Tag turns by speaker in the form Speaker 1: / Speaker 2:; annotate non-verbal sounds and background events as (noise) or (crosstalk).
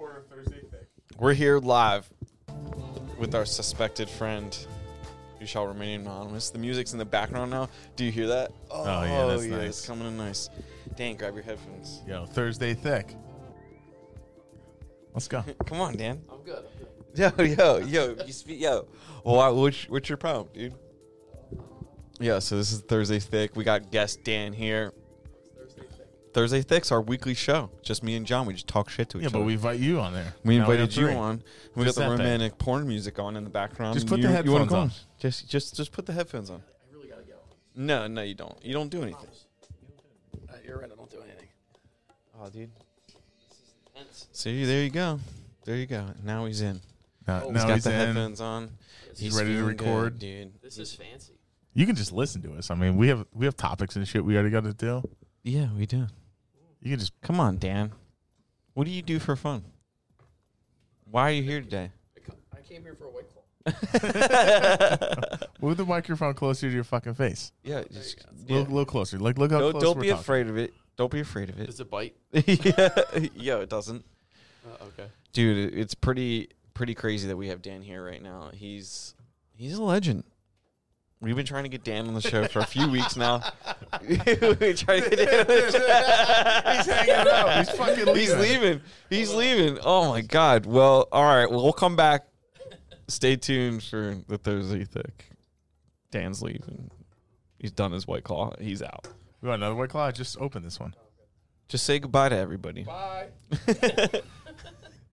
Speaker 1: our Thursday thing.
Speaker 2: We're here live with our suspected friend. You shall remain anonymous. The music's in the background now. Do you hear that? Oh,
Speaker 3: yeah, that's
Speaker 2: It's
Speaker 3: nice.
Speaker 2: coming in nice. Dan, grab your headphones.
Speaker 3: Yo, Thursday thick. Let's
Speaker 2: (laughs)
Speaker 3: go.
Speaker 2: Come on, Dan.
Speaker 4: I'm good. I'm good.
Speaker 2: Yo, yo, yo. You speak. Yo. Well, why- what's, what's your prompt, dude? Yeah. So this is Thursday Thick. We got guest Dan here. Thursday Thick's our weekly show. Just me and John. We just talk shit to each
Speaker 3: Yeah,
Speaker 2: other.
Speaker 3: but we invite you on there.
Speaker 2: We
Speaker 3: Now
Speaker 2: invited
Speaker 3: have
Speaker 2: you
Speaker 3: three.
Speaker 2: on. We
Speaker 3: Just
Speaker 2: got the
Speaker 3: that bad.
Speaker 2: romantic porn music on in the background.
Speaker 3: Just put the
Speaker 2: You- you wanna
Speaker 3: headphones
Speaker 2: go
Speaker 3: on.
Speaker 2: Just, just, just put the headphones on.
Speaker 4: I really gotta go.
Speaker 2: No, no, you don't. You don't do anything.
Speaker 4: Uh, you're right. I don't do anything.
Speaker 2: Oh, dude. See, there you go. There you go. Now he's in.
Speaker 3: Now,
Speaker 4: Oh,
Speaker 3: now
Speaker 2: he's got
Speaker 3: he's
Speaker 2: the
Speaker 3: in.
Speaker 2: headphones on.
Speaker 4: This,
Speaker 3: He's ready to
Speaker 2: feeling good,
Speaker 3: record.
Speaker 2: dude.
Speaker 4: this is fancy.
Speaker 3: You can just listen to us. I mean, we have we have topics and shit we already got to do.
Speaker 2: Yeah, we do.
Speaker 3: You can just
Speaker 2: Come on, Dan. What do you do for fun? Why are you
Speaker 3: (laughs)
Speaker 2: here today?
Speaker 4: I co- I came here for a white claw.
Speaker 3: move the microphone closer to your fucking face.
Speaker 2: Yeah, just
Speaker 3: A little, little closer. Like look how
Speaker 2: Don't,
Speaker 3: close
Speaker 2: don't
Speaker 3: we're
Speaker 2: be
Speaker 3: talking.
Speaker 2: afraid of it. Don't be afraid of it.
Speaker 4: Does it bite?
Speaker 2: yeah,
Speaker 3: (laughs)
Speaker 2: yo, it (laughs) doesn't.
Speaker 4: Uh, okay.
Speaker 2: dude it- it's pretty pretty crazy that we have dan here right now he's he's a legend we've been trying to get dan on the show for a few weeks now (laughs) we trying to get dan on the show.
Speaker 3: He's hanging out. (laughs) He's fucking leaving.
Speaker 2: he's leaving he's leaving oh my god well all right well we'll come back stay tuned for the thursday thick dan's leaving he's done his white claw he's out
Speaker 3: We want another white claw. Just open this one.
Speaker 2: just say goodbye to everybody
Speaker 4: Bye.